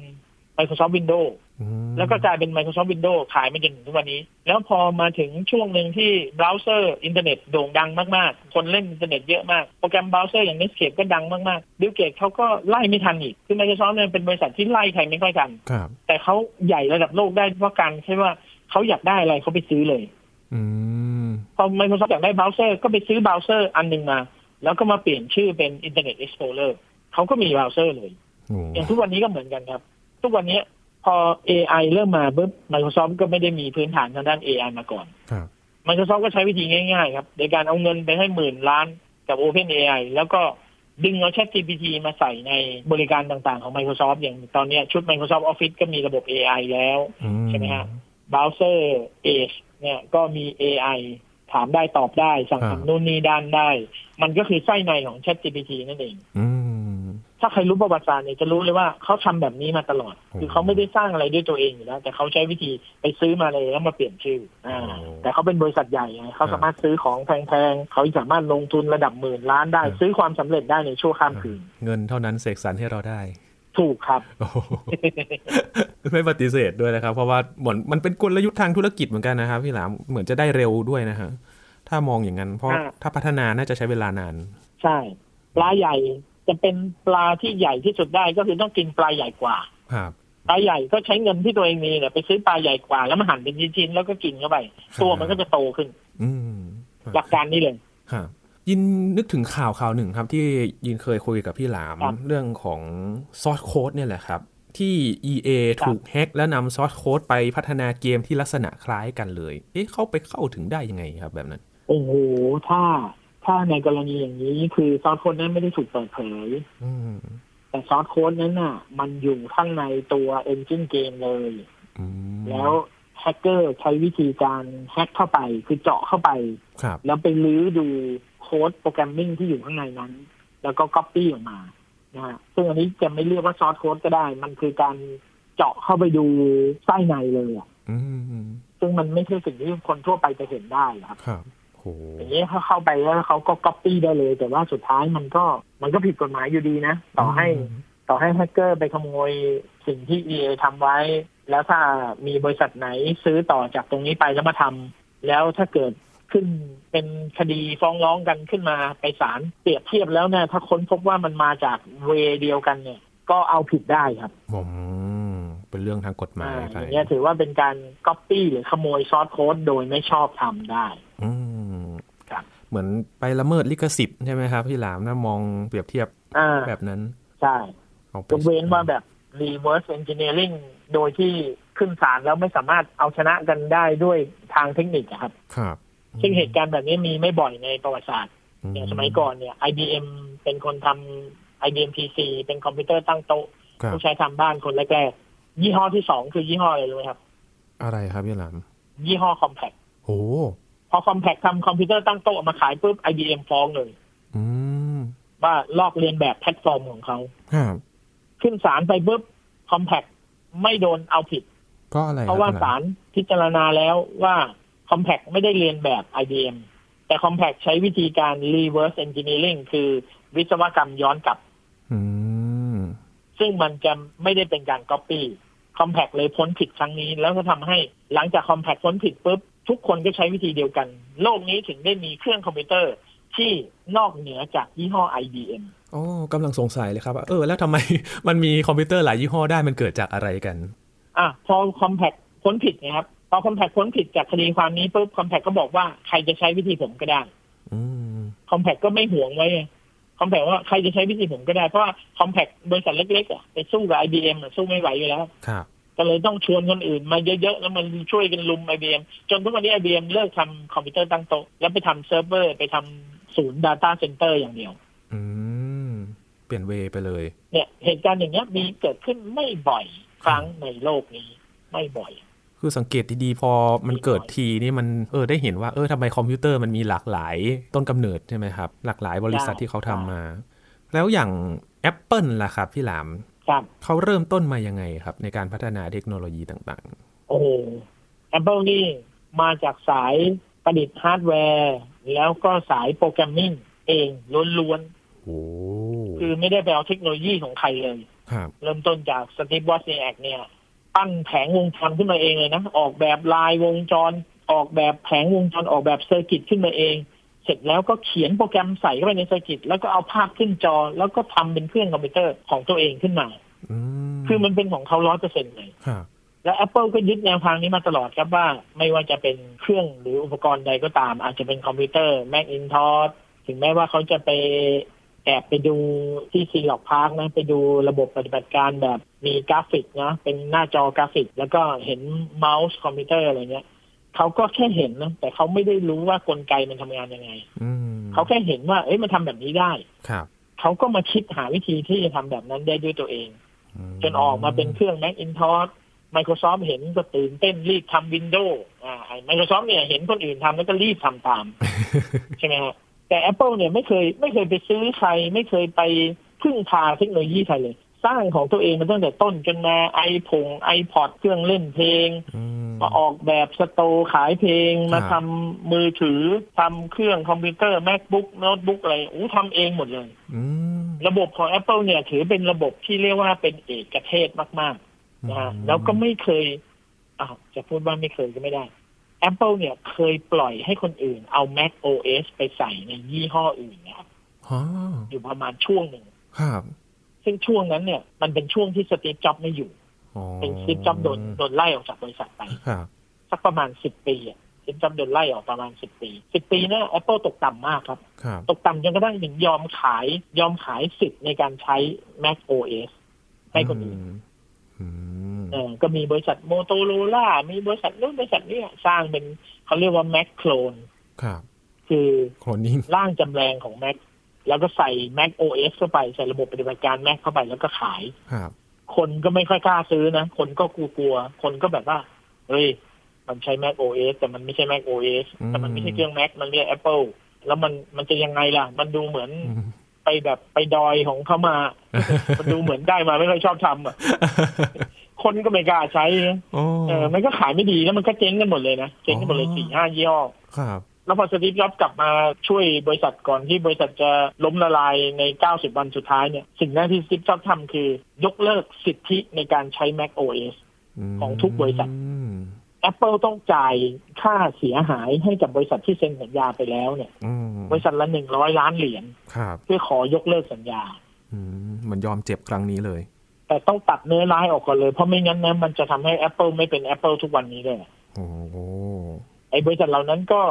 [SPEAKER 2] Microsoft Windows
[SPEAKER 1] อืม
[SPEAKER 2] แล้วก็กลายเป็น Microsoft Windows ขายมาจนถึงทุกวันนี้ แล้วพอมาถึงช่วงหนึ่งที่เบราว์เซอร์อินเทอร์เน็ตโด่งดังมากๆ คนเล่นอินเทอร์เน็ตเยอะมาก โปรแกรมเบราว์เซอร์อย่าง Netscape ก็ดังมากๆ บิลเกตเขาก็ไล่ไม่ทันอีก คือ Microsoft เนี่ยเป็นบริษัทที่ไล่ใครไม่ค่อยทัน
[SPEAKER 1] ครับ
[SPEAKER 2] แต่เขาใหญ่ระดับโลกได้เพราะการใช่ว่าเขาอยากได้อะไรเขาไปซื้อเลย
[SPEAKER 1] อืม
[SPEAKER 2] พอ Microsoft อยากได้เบราว์เซอร์ก็ไปซื้อเบราว์เซอร์อันหนึ่งมา แล้วก็มาเปลี่ยนชื่อเป็น Internet Explorer เขาก็มีเบราว์เซอร์เลย
[SPEAKER 1] โอ้
[SPEAKER 2] อย่างทุกวันนี้ก็เหมือนกันครับ ทุกวันนี้พอ AI เริ่มมาปุ๊บ Microsoft ก็ไม่ได้มีพื้นฐานทางด้าน AI มาก่อน
[SPEAKER 1] ครับ
[SPEAKER 2] Microsoft ก็ใช้วิธีง่ายๆครับในการเอาเงินไปให้หมื่นล้านกับ OpenAI แล้วก็ดึงเอา ChatGPT มาใส่ในบริการต่างๆของ Microsoft อย่างตอนเนี้ยชุด Microsoft Office ก็มีระบบ AI แล้ว
[SPEAKER 1] อื
[SPEAKER 2] ใช่ไหมฮะ b r o w s e r Edge เนี่ยก็มี AI ถามได้ตอบได้ สั่งทำนู่นนี่ด้านได้ มันก็คือไส้ในของ ChatGPT นั่นเอง
[SPEAKER 1] อืม
[SPEAKER 2] ถ้าใครรู้ประวัติศาสตร์เนี่ยจะรู้เลยว่าเขาทำแบบนี้มาตลอด
[SPEAKER 1] อืม
[SPEAKER 2] คือเขาไม่ได้สร้างอะไรด้วยตัวเองอยู่แล้วแต่เขาใช้วิธีไปซื้อมาเลยแล้วมาเปลี่ยนชื่ออ่า
[SPEAKER 1] อ๋อ
[SPEAKER 2] แต่เขาเป็นบริษัทใหญ่ไงเขาสามารถซื้อของแพงๆเขาสามารถลงทุนระดับหมื่นล้านได้
[SPEAKER 1] อ่า
[SPEAKER 2] ซื้อความสำเร็จได้ในชั่วข้ามคืน
[SPEAKER 1] เงินเท่านั้นเสกสรรให้เราได้
[SPEAKER 2] ถูกครับ
[SPEAKER 1] โอ้โห ไม่ปฏิเสธด้วยนะครับ เพราะว่าเหมือนมันเป็นกลยุทธ์ทางธุรกิจเหมือนกันนะครับพี่หลามเหมือนจะได้เร็วด้วยนะฮะถ้ามองอย่างนั้น เพราะ
[SPEAKER 2] อ่า
[SPEAKER 1] ถ้าพัฒนาน่าจะใช้เวลานาน
[SPEAKER 2] ใช่ปลาใหญ่จะเป็นปลาที่ใหญ่ที่สุดได้ก็คือต้องกินปลาใหญ่กว่า
[SPEAKER 1] ครับ
[SPEAKER 2] ปลาใหญ่ก็ใช้เงินที่ตัวเองมีเนี่ยไปซื้อปลาใหญ่กว่าแล้วมาหั่นเป็นชิ้นๆแล้วก็กินเข้าไป ตัวมันก็จะโตขึ้น
[SPEAKER 1] อืม
[SPEAKER 2] หลักการนี้เลย
[SPEAKER 1] ครับยินนึกถึงข่าวข่าวหนึ่งครับ ที่ยินเคยคุยกับพี่หลาม
[SPEAKER 2] ครับ
[SPEAKER 1] เรื่องของซอสโค้ดเนี่ยแหละครับ ที่ EA
[SPEAKER 2] ครับ
[SPEAKER 1] ถูกแฮ็กและนำซอสโค้ดไปพัฒนาเกมที่ลักษณะคล้ายกันเลย เอ๊ะเข้าไปเข้าถึงได้ยังไงครับแบบนั้น
[SPEAKER 2] โอ้โห ถ้า ถ้าในกรณีอย่างนี้คือซอสโค้ดนั้นไม่ได้ถูกเปิดเผย
[SPEAKER 1] อืม
[SPEAKER 2] แต่ซอสโค้ดนั้นน่ะ มันอยู่ข้างในตัวเอนจินเกมเลย
[SPEAKER 1] อืม
[SPEAKER 2] แล้วแฮกเกอร์ใช้วิธีการแฮกเข้าไป คือเจาะเข้าไป
[SPEAKER 1] ครับ
[SPEAKER 2] แล้วไปลื้อดูโค้ดโปรแกรมมิ่งที่อยู่ข้างในนั้น แล้วก็ก๊อปปี้ออกมานะฮะซึ่งอันนี้จะไม่เรียกว่าซอสโค้ดก็ได้ มันคือการเจาะเข้าไปดูไส้ในเลยอะ
[SPEAKER 1] อืม
[SPEAKER 2] ซึ่งมันไม่ใช่สิ่งที่คนทั่วไปจะเห็นได้ครับ
[SPEAKER 1] ครับโห
[SPEAKER 2] อย่างนี้เขาเข้าไปแล้วเขาก็ก๊อปปี้ได้เลย แต่ว่าสุดท้ายมันก็มันก็ผิดกฎหมายอยู่ดีนะ ต่อให้ต่อให้แฮกเกอร์ไปขโมยสิ่งที่ EA ทำไว้ แล้วถ้ามีบริษัทไหนซื้อต่อจากตรงนี้ไปแล้วมาทำแล้วถ้าเกิดขึ้นเป็นคดีฟ้องร้องกันขึ้นมาไปศาลเปรียบเทียบแล้วเนี่ยถ้าค้นพบว่ามันมาจากเวเดียวกันเนี่ย ก็เอาผิดได้ครับ
[SPEAKER 1] ผมเป็นเรื่องทางกฎหมาย
[SPEAKER 2] อา
[SPEAKER 1] ไป
[SPEAKER 2] อย่างเงี้ยถือว่าเป็นการก๊อปปี้หรือขโมยซอสโค้ดโดยไม่ชอบทำได้
[SPEAKER 1] อืม
[SPEAKER 2] ครับ
[SPEAKER 1] เหมือนไปละเมิดลิขสิทธิ์ใช่ไหมครับพี่หลามนะมองเปรียบเทียบ
[SPEAKER 2] อ่า
[SPEAKER 1] แบบนั้น
[SPEAKER 2] ใช่
[SPEAKER 1] เอาไป
[SPEAKER 2] ยกเว้นว่าแบบ reverse engineering โดยที่ขึ้นศาลแล้วไม่สามารถเอาชนะกันได้ด้วยทางเทคนิคอะครับ
[SPEAKER 1] ครับ
[SPEAKER 2] ซึ่งเหตุการณ์แบบนี้มีไม่บ่อยในประวัติศาสตร์
[SPEAKER 1] อื
[SPEAKER 2] อย่างสมัยก่อนเนี่ย IBM เป็นคนทำ IBM PC เป็นคอมพิวเตอร์ตั้งโต๊ะ
[SPEAKER 1] ครับ
[SPEAKER 2] ผู้ใช้ทำบ้านคนแรกๆ ยี่ห้อที่สองคือยี่ห้ออะไรรู้ไหมครับ
[SPEAKER 1] อะไรครับพี่หลาม
[SPEAKER 2] ยี่ห้อ Compaq
[SPEAKER 1] โอ้
[SPEAKER 2] พอ Compaq ทำคอมพิวเตอร์ตั้งโต๊ะออกมาขายปุ๊บ IBM ฟ้องเลย
[SPEAKER 1] อืม
[SPEAKER 2] ว่าลอกเลียนแบบแพลตฟอร์มของเขา
[SPEAKER 1] ครับ
[SPEAKER 2] ขึ้นศาลไปปุ๊บ Compaq ไม่โดนเอาผิด
[SPEAKER 1] ก็อะไรคบ
[SPEAKER 2] เพราะว่า
[SPEAKER 1] พี่หลม
[SPEAKER 2] ศาลพิจารณาแล้วว่า Compact ไม่ได้เรียนแบบ IBM แต่ Compact ใช้วิธีการ reverse engineering คือวิศวกรรมย้อนกลับ
[SPEAKER 1] อืม
[SPEAKER 2] ซึ่งมันจะไม่ได้เป็นการ copy Compact เลยพ้นผิดครั้งนี้ แล้วก็ทำให้หลังจาก Compact พ้นผิดปุ๊บ ทุกคนก็ใช้วิธีเดียวกัน โลกนี้ถึงได้มีเครื่องคอมพิวเตอร์ที่นอกเหนือจากยี่ห้อ IBM
[SPEAKER 1] โอ้กำลังสงสัยเลยครับว่าเออ แล้วทำไม มันมีคอมพิวเตอร์หลายยี่ห้อได้มันเกิดจากอะไรกัน
[SPEAKER 2] อ่ะพอ Compact พ้นผิดนะครับพอ Compact พ้นผิดจากคดีความนี้ปุ๊บ Compact ก็บอกว่าใครจะใช้วิธีผมก็ได้
[SPEAKER 1] อืม
[SPEAKER 2] คอมแพ t ก็ไม่ห่วงไว้คอมแพ t ว่าใครจะใช้วิธีผมก็ได้ เพราะว่าคอมแพ t บริษัทเล็กๆอะไปสู้กับ IBM อะสู้ไม่ไหวอยู่แล้ว
[SPEAKER 1] ครับ
[SPEAKER 2] ก็เลยต้องชวนคนอื่นมาเยอะๆ แล้วมันช่วยกันลุม IBM จนทุกวันนี้ IBM เลิกทำคอมพิวเตอร์ตั้งโต๊ะ แล้วไปทำเซิร์ฟเวอร์ ไปทำศูนย์ Data Center อย่างเดียว
[SPEAKER 1] อืมเปลี่ยนเวไปเลย
[SPEAKER 2] เนี่ยเหตุการณ์อย่างเงี้ยมีเกิดขึ้นไม่บ่อยครั้งในโลกนี้ ไม่บ่อย
[SPEAKER 1] คือสังเกตดีๆพอมันเกิดทีนี่มันเออได้เห็นว่าเออทำไมคอมพิวเตอร์มันมีหลากหลายต้นกำเนิดใช่ไหมครับ หลากหลายบริษัทที่เขาทำมา แล้วอย่าง Apple ล่ะครับพี่หลาม
[SPEAKER 2] ครับ
[SPEAKER 1] เขาเริ่มต้นมายังไงครับ ในการพัฒนาเทคโนโลยีต่าง
[SPEAKER 2] โอ้โห Apple นี่มาจากสายประดิษฐ์ฮาร์ดแวร์ แล้วก็สายโปรแกรมมิ่งเองล้วน
[SPEAKER 1] ๆ โอ้
[SPEAKER 2] ๆ คือไม่ได้ไปเอาเทคโนโลยีของใครเลย
[SPEAKER 1] ครับ
[SPEAKER 2] เริ่มต้นจากสตีฟวอสเนียกเนี่ย ปั้นแผงวงจรขึ้นมาเองเลยนะ ออกแบบลายวงจร ออกแบบแผงวงจร ออกแบบเซอร์กิตขึ้นมาเอง เสร็จแล้วก็เขียนโปรแกรมใส่เข้าไปในเซอร์กิต แล้วก็เอาภาพขึ้นจอ แล้วก็ทำเป็นเครื่องคอมพิวเตอร์ของตัวเองขึ้นมา
[SPEAKER 1] อืม
[SPEAKER 2] คือมันเป็นของเขาร้อยเปอร์เซ็นต์เลย
[SPEAKER 1] ครับ
[SPEAKER 2] และ Apple ก็ยึดแนวทางนี้มาตลอดครับว่า ไม่ว่าจะเป็นเครื่องหรืออุปกรณ์ใดก็ตาม อาจจะเป็นคอมพิวเตอร์ Macintosh ถึงแม้ว่าเขาจะไปแอบไปดูที่ซีล็อกพาร์คนะ ไปดูระบบปฏิบัติการแบบมีกราฟิกนะ เป็นหน้าจอกราฟิก แล้วก็เห็นเมาส์คอมพิวเตอร์อะไรเงี้ยเขาก็แค่เห็นนะ แต่เขาไม่ได้รู้ว่ากลไกมันทำงานยังไง
[SPEAKER 1] อืม
[SPEAKER 2] เขาแค่เห็นว่า เอ้ยมันทำแบบนี้ได้
[SPEAKER 1] ครับ
[SPEAKER 2] เขาก็มาคิดหาวิธีที่จะทำแบบนั้นได้ด้วยตัวเอง
[SPEAKER 1] ม
[SPEAKER 2] จนออกมาเป็นเครื่อง Macintosh Microsoft เห็นก็ตื่นเต้นรีบทำ Windows อ่าไอ้ Microsoft เนี่ยเห็นคนอื่นทำแล้วก็รีบทำ ตาม ใช่ไหมฮะแต่ Apple เนี่ยไม่เคยไม่เคยไปซื้อใคร ไม่เคยไปพึ่งพาเทคโนโลยีใครเลย สร้างของตัวเองมาตั้งแต่ต้นจนมาไอพงไอพอดเครื่องเล่นเพลง
[SPEAKER 1] อืม
[SPEAKER 2] มาออกแบบสโตร์ขายเพลง มา
[SPEAKER 1] ครับ
[SPEAKER 2] ทำมือถือทำเครื่องคอมพิวเตอร์ MacBook โน้ตบุ๊กอะไรอู้ทำเองหมดเลย
[SPEAKER 1] อืม
[SPEAKER 2] ระบบของ Apple เนี่ยถือเป็นระบบที่เรียกว่าเป็นเอกเทศมาก ๆ นะฮะแล้วก็ไม่เคยอาวจะพูดว่าไม่เคยก็ไม่ได้ Apple เนี่ยเคยปล่อยให้คนอื่นเอา Mac OS ไปใส่ในยี่ห้ออื่นนะครับ
[SPEAKER 1] อ๋อ
[SPEAKER 2] อยู่ประมาณช่วงหนึ่ง
[SPEAKER 1] ครับ
[SPEAKER 2] ซึ่งช่วงนั้นเนี่ยมันเป็นช่วงที่สตีฟจ็อบไม่อยู่
[SPEAKER 1] อ๋อ
[SPEAKER 2] เป็นสตีฟจ็อบโดนโดนไล่ออกจากบริษัทไป
[SPEAKER 1] ครับ
[SPEAKER 2] สักประมาณสิบปีอะสตีฟจ็อบโดนไล่ออกประมาณสิบปีสิบปีเนี่ย Apple ตกต่ำมากครับ
[SPEAKER 1] ครับ
[SPEAKER 2] ตกต่ำจนกระทั่งถึงยอมขายยอมขายสิทธิ์ในการใช้ Mac OS ให้คนอื่น
[SPEAKER 1] อืม
[SPEAKER 2] เออก็มีบริษัทโมโตโรล่า มีบริษัทนู้นบริษัทนี้สร้างเป็นเขาเรียกว่าแม็กโคลน
[SPEAKER 1] ครับ
[SPEAKER 2] คือ
[SPEAKER 1] โคลนนิ่ง
[SPEAKER 2] ร่างจำแรงของแม็ก แล้วก็ใส่ Mac OS เข้าไป ใส่ระบบปฏิบัติการ Mac เข้าไปแล้วก็ขาย
[SPEAKER 1] ครับ
[SPEAKER 2] คนก็ไม่ค่อยกล้าซื้อนะ คนก็กลัวๆคนก็แบบว่า เฮ้ย มันใช้ Mac OS แต่มันไม่ใช่ Mac OS
[SPEAKER 1] อืม
[SPEAKER 2] แต่มันไม่ใช่เครื่อง Mac มันเรียก Apple แล้วมันมันจะยังไงล่ะ มันดูเหมือน
[SPEAKER 1] อืม
[SPEAKER 2] ไปแบบไปดอยของเขามา มันดูเหมือนได้มาไม่ค่อยชอบทำอ่ะ คนก็ไม่กล้าใช้นะ
[SPEAKER 1] โอ้
[SPEAKER 2] เออมันก็ขายไม่ดีแล้วมันก็เจ๊งกันหมดเลยนะ เจ๊งกันหมดเลยสี่ห้ายี่ห้อ
[SPEAKER 1] ครับ
[SPEAKER 2] แล้วพอสตีฟจ็อบส์กลับมาช่วยบริษัทก่อนที่บริษัทจะล้มละลายใน 90 วันสุดท้ายเนี่ย สิ่งแรกที่สตีฟจ็อบส์ทำคือยกเลิกสิทธิในการใช้ Mac OS
[SPEAKER 1] ม
[SPEAKER 2] ของทุกบริษัท Apple ต้องจ่ายค่าเสียหายให้กับบริษัทที่เซ็นสัญญาไปแล้วเนี่ย
[SPEAKER 1] อืม
[SPEAKER 2] บริษัทละหนึ่งร้อยล้านเหรียญ
[SPEAKER 1] ครับ
[SPEAKER 2] เพื่อขอยกเลิกสัญญา
[SPEAKER 1] อืมเหมือนยอมเจ็บครั้งนี้เลย
[SPEAKER 2] แต่ต้องตัดเนื้อร้ายออกก่อนเลยเพราะไม่งั้นนะมันจะทำให้ Apple ไม่เป็น Apple ทุกวันนี้เลย
[SPEAKER 1] โอ้โห
[SPEAKER 2] ไอ้บริษัทเหล่านั้นก็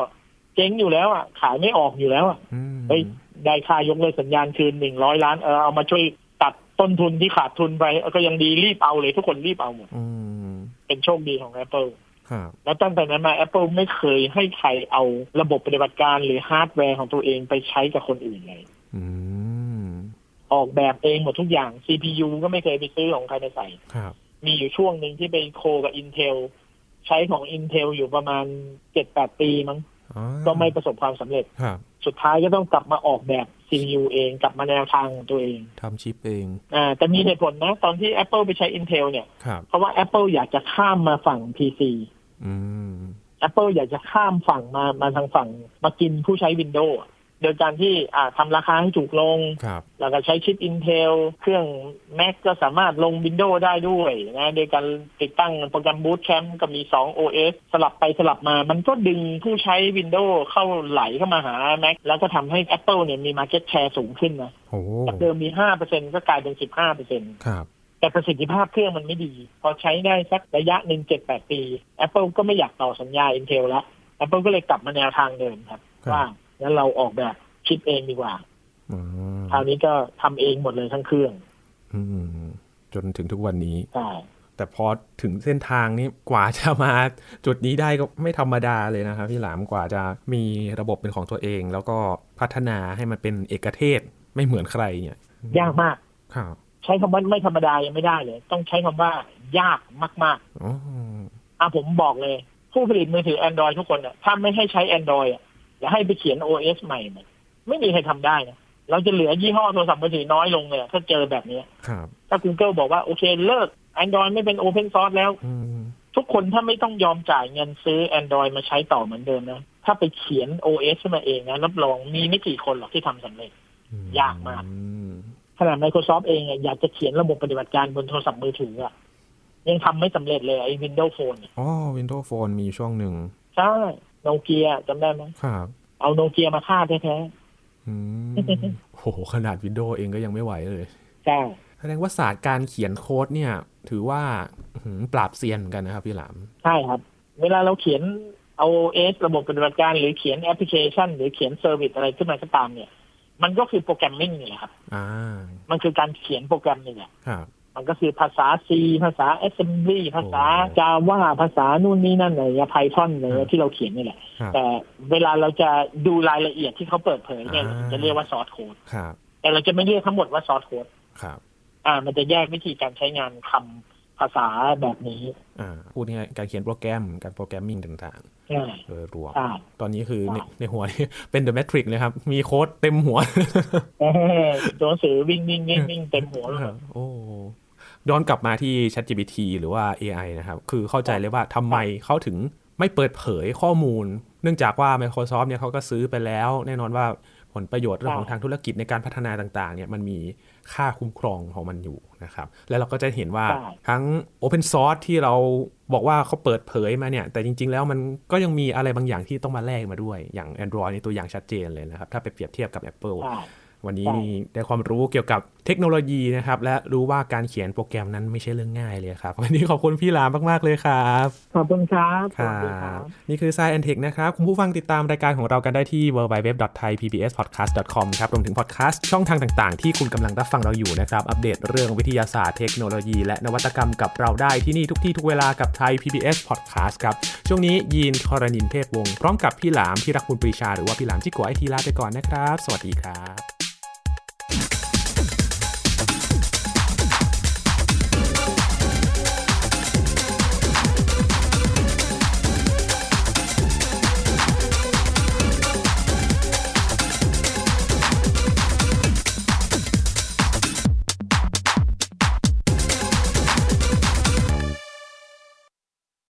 [SPEAKER 2] เจ๊งอยู่แล้วอ่ะขายไม่ออกอยู่แล้วอ่ะ
[SPEAKER 1] อืม
[SPEAKER 2] เฮ้ยได้ค่ายกเลิกสัญญาณคืนหนึ่งร้อยล้านเออเอามาช่วยตัดต้นทุนที่ขาดทุนไปเออก็ยังดีรีบเอาเลยทุกคนรีบเอาหมด
[SPEAKER 1] อืม
[SPEAKER 2] เป็นโชคดีของ Apple
[SPEAKER 1] ครับ
[SPEAKER 2] แล้วตั้งแต่นั้นมา Apple ไม่เคยให้ใครเอาระบบปฏิบัติการหรือฮาร์ดแวร์ของตัวเองไปใช้กับคนอื่นเลย
[SPEAKER 1] อืม
[SPEAKER 2] ออกแบบเองหมดทุกอย่าง CPU ก็ไม่เคยไปซื้อของใครไปใส่
[SPEAKER 1] ครับ
[SPEAKER 2] มีอยู่ช่วงหนึ่งที่ไปโคกับ Intel ใช้ของ Intel อยู่ประมาณเจ็ดแปดปีมั้ง
[SPEAKER 1] อ๋อ
[SPEAKER 2] ก็ไม่ประสบความสำเร็จ
[SPEAKER 1] ครับ
[SPEAKER 2] สุดท้ายก็ต้องกลับมาออกแบบ CPU เองกลับมาแนวทางของตัวเอง
[SPEAKER 1] ทำชิปเอง
[SPEAKER 2] อ่าแต่มีเหตุผลนะตอนที่ Apple ไปใช้ Intel เนี่ย
[SPEAKER 1] ครับ
[SPEAKER 2] เพราะว่า Apple อยากจะข้ามมาฝั่ง PC
[SPEAKER 1] อืม
[SPEAKER 2] Apple อยากจะข้ามฝั่งมามาทางฝั่งมากินผู้ใช้ Windows อะโดยการที่อ่าทำราคาให้ถูกลง
[SPEAKER 1] ครับ
[SPEAKER 2] แล้วก็ใช้ชิป Intel เครื่อง Mac ก็สามารถลง Windows ได้ด้วยนะโดยการติดตั้งโปรแกรม Bootcamp ก็มี 2 OS สลับไปสลับมา มันก็ดึงผู้ใช้ Windows เข้าไหลเข้ามาหา Mac แล้วก็ทำให้ Apple เนี่ยมี Market Share สูงขึ้นนะ
[SPEAKER 1] โอ้
[SPEAKER 2] จากเดิมมี 5%ก็กลายเป็น 15%
[SPEAKER 1] ครับ
[SPEAKER 2] แต่ประสิทธิภาพเครื่องมันไม่ดี พอใช้ได้สักระยะหนึ่งเจ็ดแปดปี Apple ก็ไม่อยากต่อสัญญา Intel แล้ว Apple ก็เลยกลับมาแนวทางเดิมครับ
[SPEAKER 1] ครับ
[SPEAKER 2] ว่างั้นเราออกแบบชิปเองดีกว่า
[SPEAKER 1] อืม
[SPEAKER 2] คราวนี้ก็ทำเองหมดเลยทั้งเครื่อง
[SPEAKER 1] อืมจนถึงทุกวันนี้
[SPEAKER 2] ใช่
[SPEAKER 1] แต่พอถึงเส้นทางนี้กว่าจะมาจุดนี้ได้ก็ไม่ธรรมดาเลยนะครับพี่หลามกว่าจะมีระบบเป็นของตัวเอง แล้วก็พัฒนาให้มันเป็นเอกเทศไม่เหมือนใครเนี่ย
[SPEAKER 2] ยากมาก
[SPEAKER 1] ครับ
[SPEAKER 2] ใช้คำว่าไม่ธรรมดายังไม่ได้เลย ต้องใช้คำว่ายากมาก
[SPEAKER 1] อ๋อ
[SPEAKER 2] ๆ อ่ะผมบอกเลย ผู้ผลิตมือถือ Android ทุกคนอ่ะถ้าไม่ให้ใช้ Android อ่ะแล้วให้ไปเขียน OS ใหม่เนี่ยไม่มีใครทำได้นะเราจะเหลือยี่ห้อโทรศัพท์มือถือน้อยลงเลยถ้าเจอแบบเนี้ย
[SPEAKER 1] ครับ
[SPEAKER 2] ถ้า Google บอกว่าโอเคเลิก Android ไม่เป็น Open Source แล้ว
[SPEAKER 1] อืม
[SPEAKER 2] ทุกคนถ้าไม่ต้องยอมจ่ายเงินซื้อ Android มาใช้ต่อเหมือนเดิมนะ ถ้าไปเขียน OS ขึ้นมาเองนะรับรองมีไม่กี่คนหรอกที่ทำสำเร็จ ยากมาก
[SPEAKER 1] อืม
[SPEAKER 2] ขนาด Microsoft เองอะอยากจะเขียนระบบปฏิบัติการบนโทรศัพท์มือถืออะยังทำไม่สำเร็จเลยไอ้ Windows Phone เนี่ย
[SPEAKER 1] อ๋อ Windows Phone มีอยู่ช่วงหนึ่ง
[SPEAKER 2] ใช่โนเกียจำได้ไหม
[SPEAKER 1] ครับ
[SPEAKER 2] เอาโนเกียมาฆ่าแท้
[SPEAKER 1] อืมโหขนาด Windows เองก็ยังไม่ไหวเลย
[SPEAKER 2] ๆใช่
[SPEAKER 1] แสดงว่าศาสตร์การเขียนโค้ดเนี่ย ถือว่าอื้อหือปราบเซียนเหมือนกันนะครับพี่หลาม
[SPEAKER 2] ใช่ครับ เวลาเราเขียน OS ระบบปฏิบัติการหรือเขียนแอปพลิเคชัน หรือเขียนเซอร์วิสอะไรขึ้นมาก็ตามเนี่ย มันก็คือโปรแกรมมิ่งนี่แหละครับ
[SPEAKER 1] อ่า
[SPEAKER 2] มันคือการเขียนโปรแกรมนี่แหละ
[SPEAKER 1] ครับ
[SPEAKER 2] มันก็คือภาษา C ภาษา Assembly ภาษา
[SPEAKER 1] โอ้
[SPEAKER 2] Java ภาษานู่นนี่นั่นอะไรเงี้ย Python อะไร
[SPEAKER 1] ครั
[SPEAKER 2] เงี้
[SPEAKER 1] บ
[SPEAKER 2] ยที่เราเขียนนี่แหละ
[SPEAKER 1] ครับ
[SPEAKER 2] แต่เวลาเราจะดูรายละเอียดที่เขาเปิดเผยเนี่ย
[SPEAKER 1] อ่า
[SPEAKER 2] เราจะเรียกว่าซอสโค้ด
[SPEAKER 1] ครับ
[SPEAKER 2] แต่เราจะไม่เรียกทั้งหมดว่าซอสโค้ด
[SPEAKER 1] ครับ
[SPEAKER 2] อ่า มันจะแยกวิธีการใช้งานคำภาษาแบบนี้
[SPEAKER 1] อ่าพูดง่ายๆการเขียนโปรแกรมการโปรแกรมมิ่งต่าง
[SPEAKER 2] อ่า
[SPEAKER 1] ๆโดยรวม
[SPEAKER 2] ใช่
[SPEAKER 1] ตอนนี้คือในในหัวนี่ เป็น The Matrix เลยครับ มีโค้ดเต็มหัว
[SPEAKER 2] เออตัวหนังสือวิ่งวิ่งวิ่งวิ่งเต็มหัวเลย
[SPEAKER 1] โอ้ย้อนกลับมาที่ ChatGPT หรือว่า AI นะครับ คือเข้าใจเลยว่าทำไมเขาถึงไม่เปิดเผยข้อมูล เนื่องจากว่า Microsoft เนี่ยเขาก็ซื้อไปแล้ว แน่นอนว่าผลประโยชน์เรื่องของทางธุรกิจในการพัฒนาต่าง ๆ เนี่ยมันมีค่าคุ้มครองของมันอยู่นะครับ แล้วเราก็จะเห็นว่า
[SPEAKER 2] ใช่
[SPEAKER 1] ทั้ง Open Source ที่เราบอกว่าเขาเปิดเผยมาเนี่ย แต่จริง ๆ แล้วมันก็ยังมีอะไรบางอย่างที่ต้องมาแลกมาด้วย อย่าง Android นี่ตัวอย่างชัดเจนเลยนะครับ ถ้าไปเปรียบเทียบกับ Apple
[SPEAKER 2] ใช่
[SPEAKER 1] วันนี้
[SPEAKER 2] ใช่
[SPEAKER 1] นี่ได้ความรู้เกี่ยวกับเทคโนโลยีนะครับ และรู้ว่าการเขียนโปรแกรมนั้นไม่ใช่เรื่องง่ายเลยครับ วันนี้ขอบคุณพี่หลามมาก ๆ เลยครับ
[SPEAKER 2] ขอบคุณครับ
[SPEAKER 1] ค
[SPEAKER 2] ส
[SPEAKER 1] รั
[SPEAKER 2] วัสดีครับ บ
[SPEAKER 1] นี่คือ Science and Tech นะครับ คุณผู้ฟังติดตามรายการของเรากันได้ที่ www.thaipbspodcast.com ครับรวมถึงพอดแคาสต์ช่องทางต่าง ๆ ที่คุณกำลังรับฟังเราอยู่นะครับ อัปเดตเรื่องวิทยาศาสตร์เทคโนโลยี และนวัตกรรมกับเราได้ที่นี่ทุกที่ทุกเวลากับ Thai PBS Podcast ครับ ช่วงนี้ยีนคอรณินเทพวงศ์พร้อมกับพี่หลามพี่รักคุณปรีชาหรือว่าพี่หลามที่กัวไอทีลาไปก่อนนะครับ สวัสดีครับ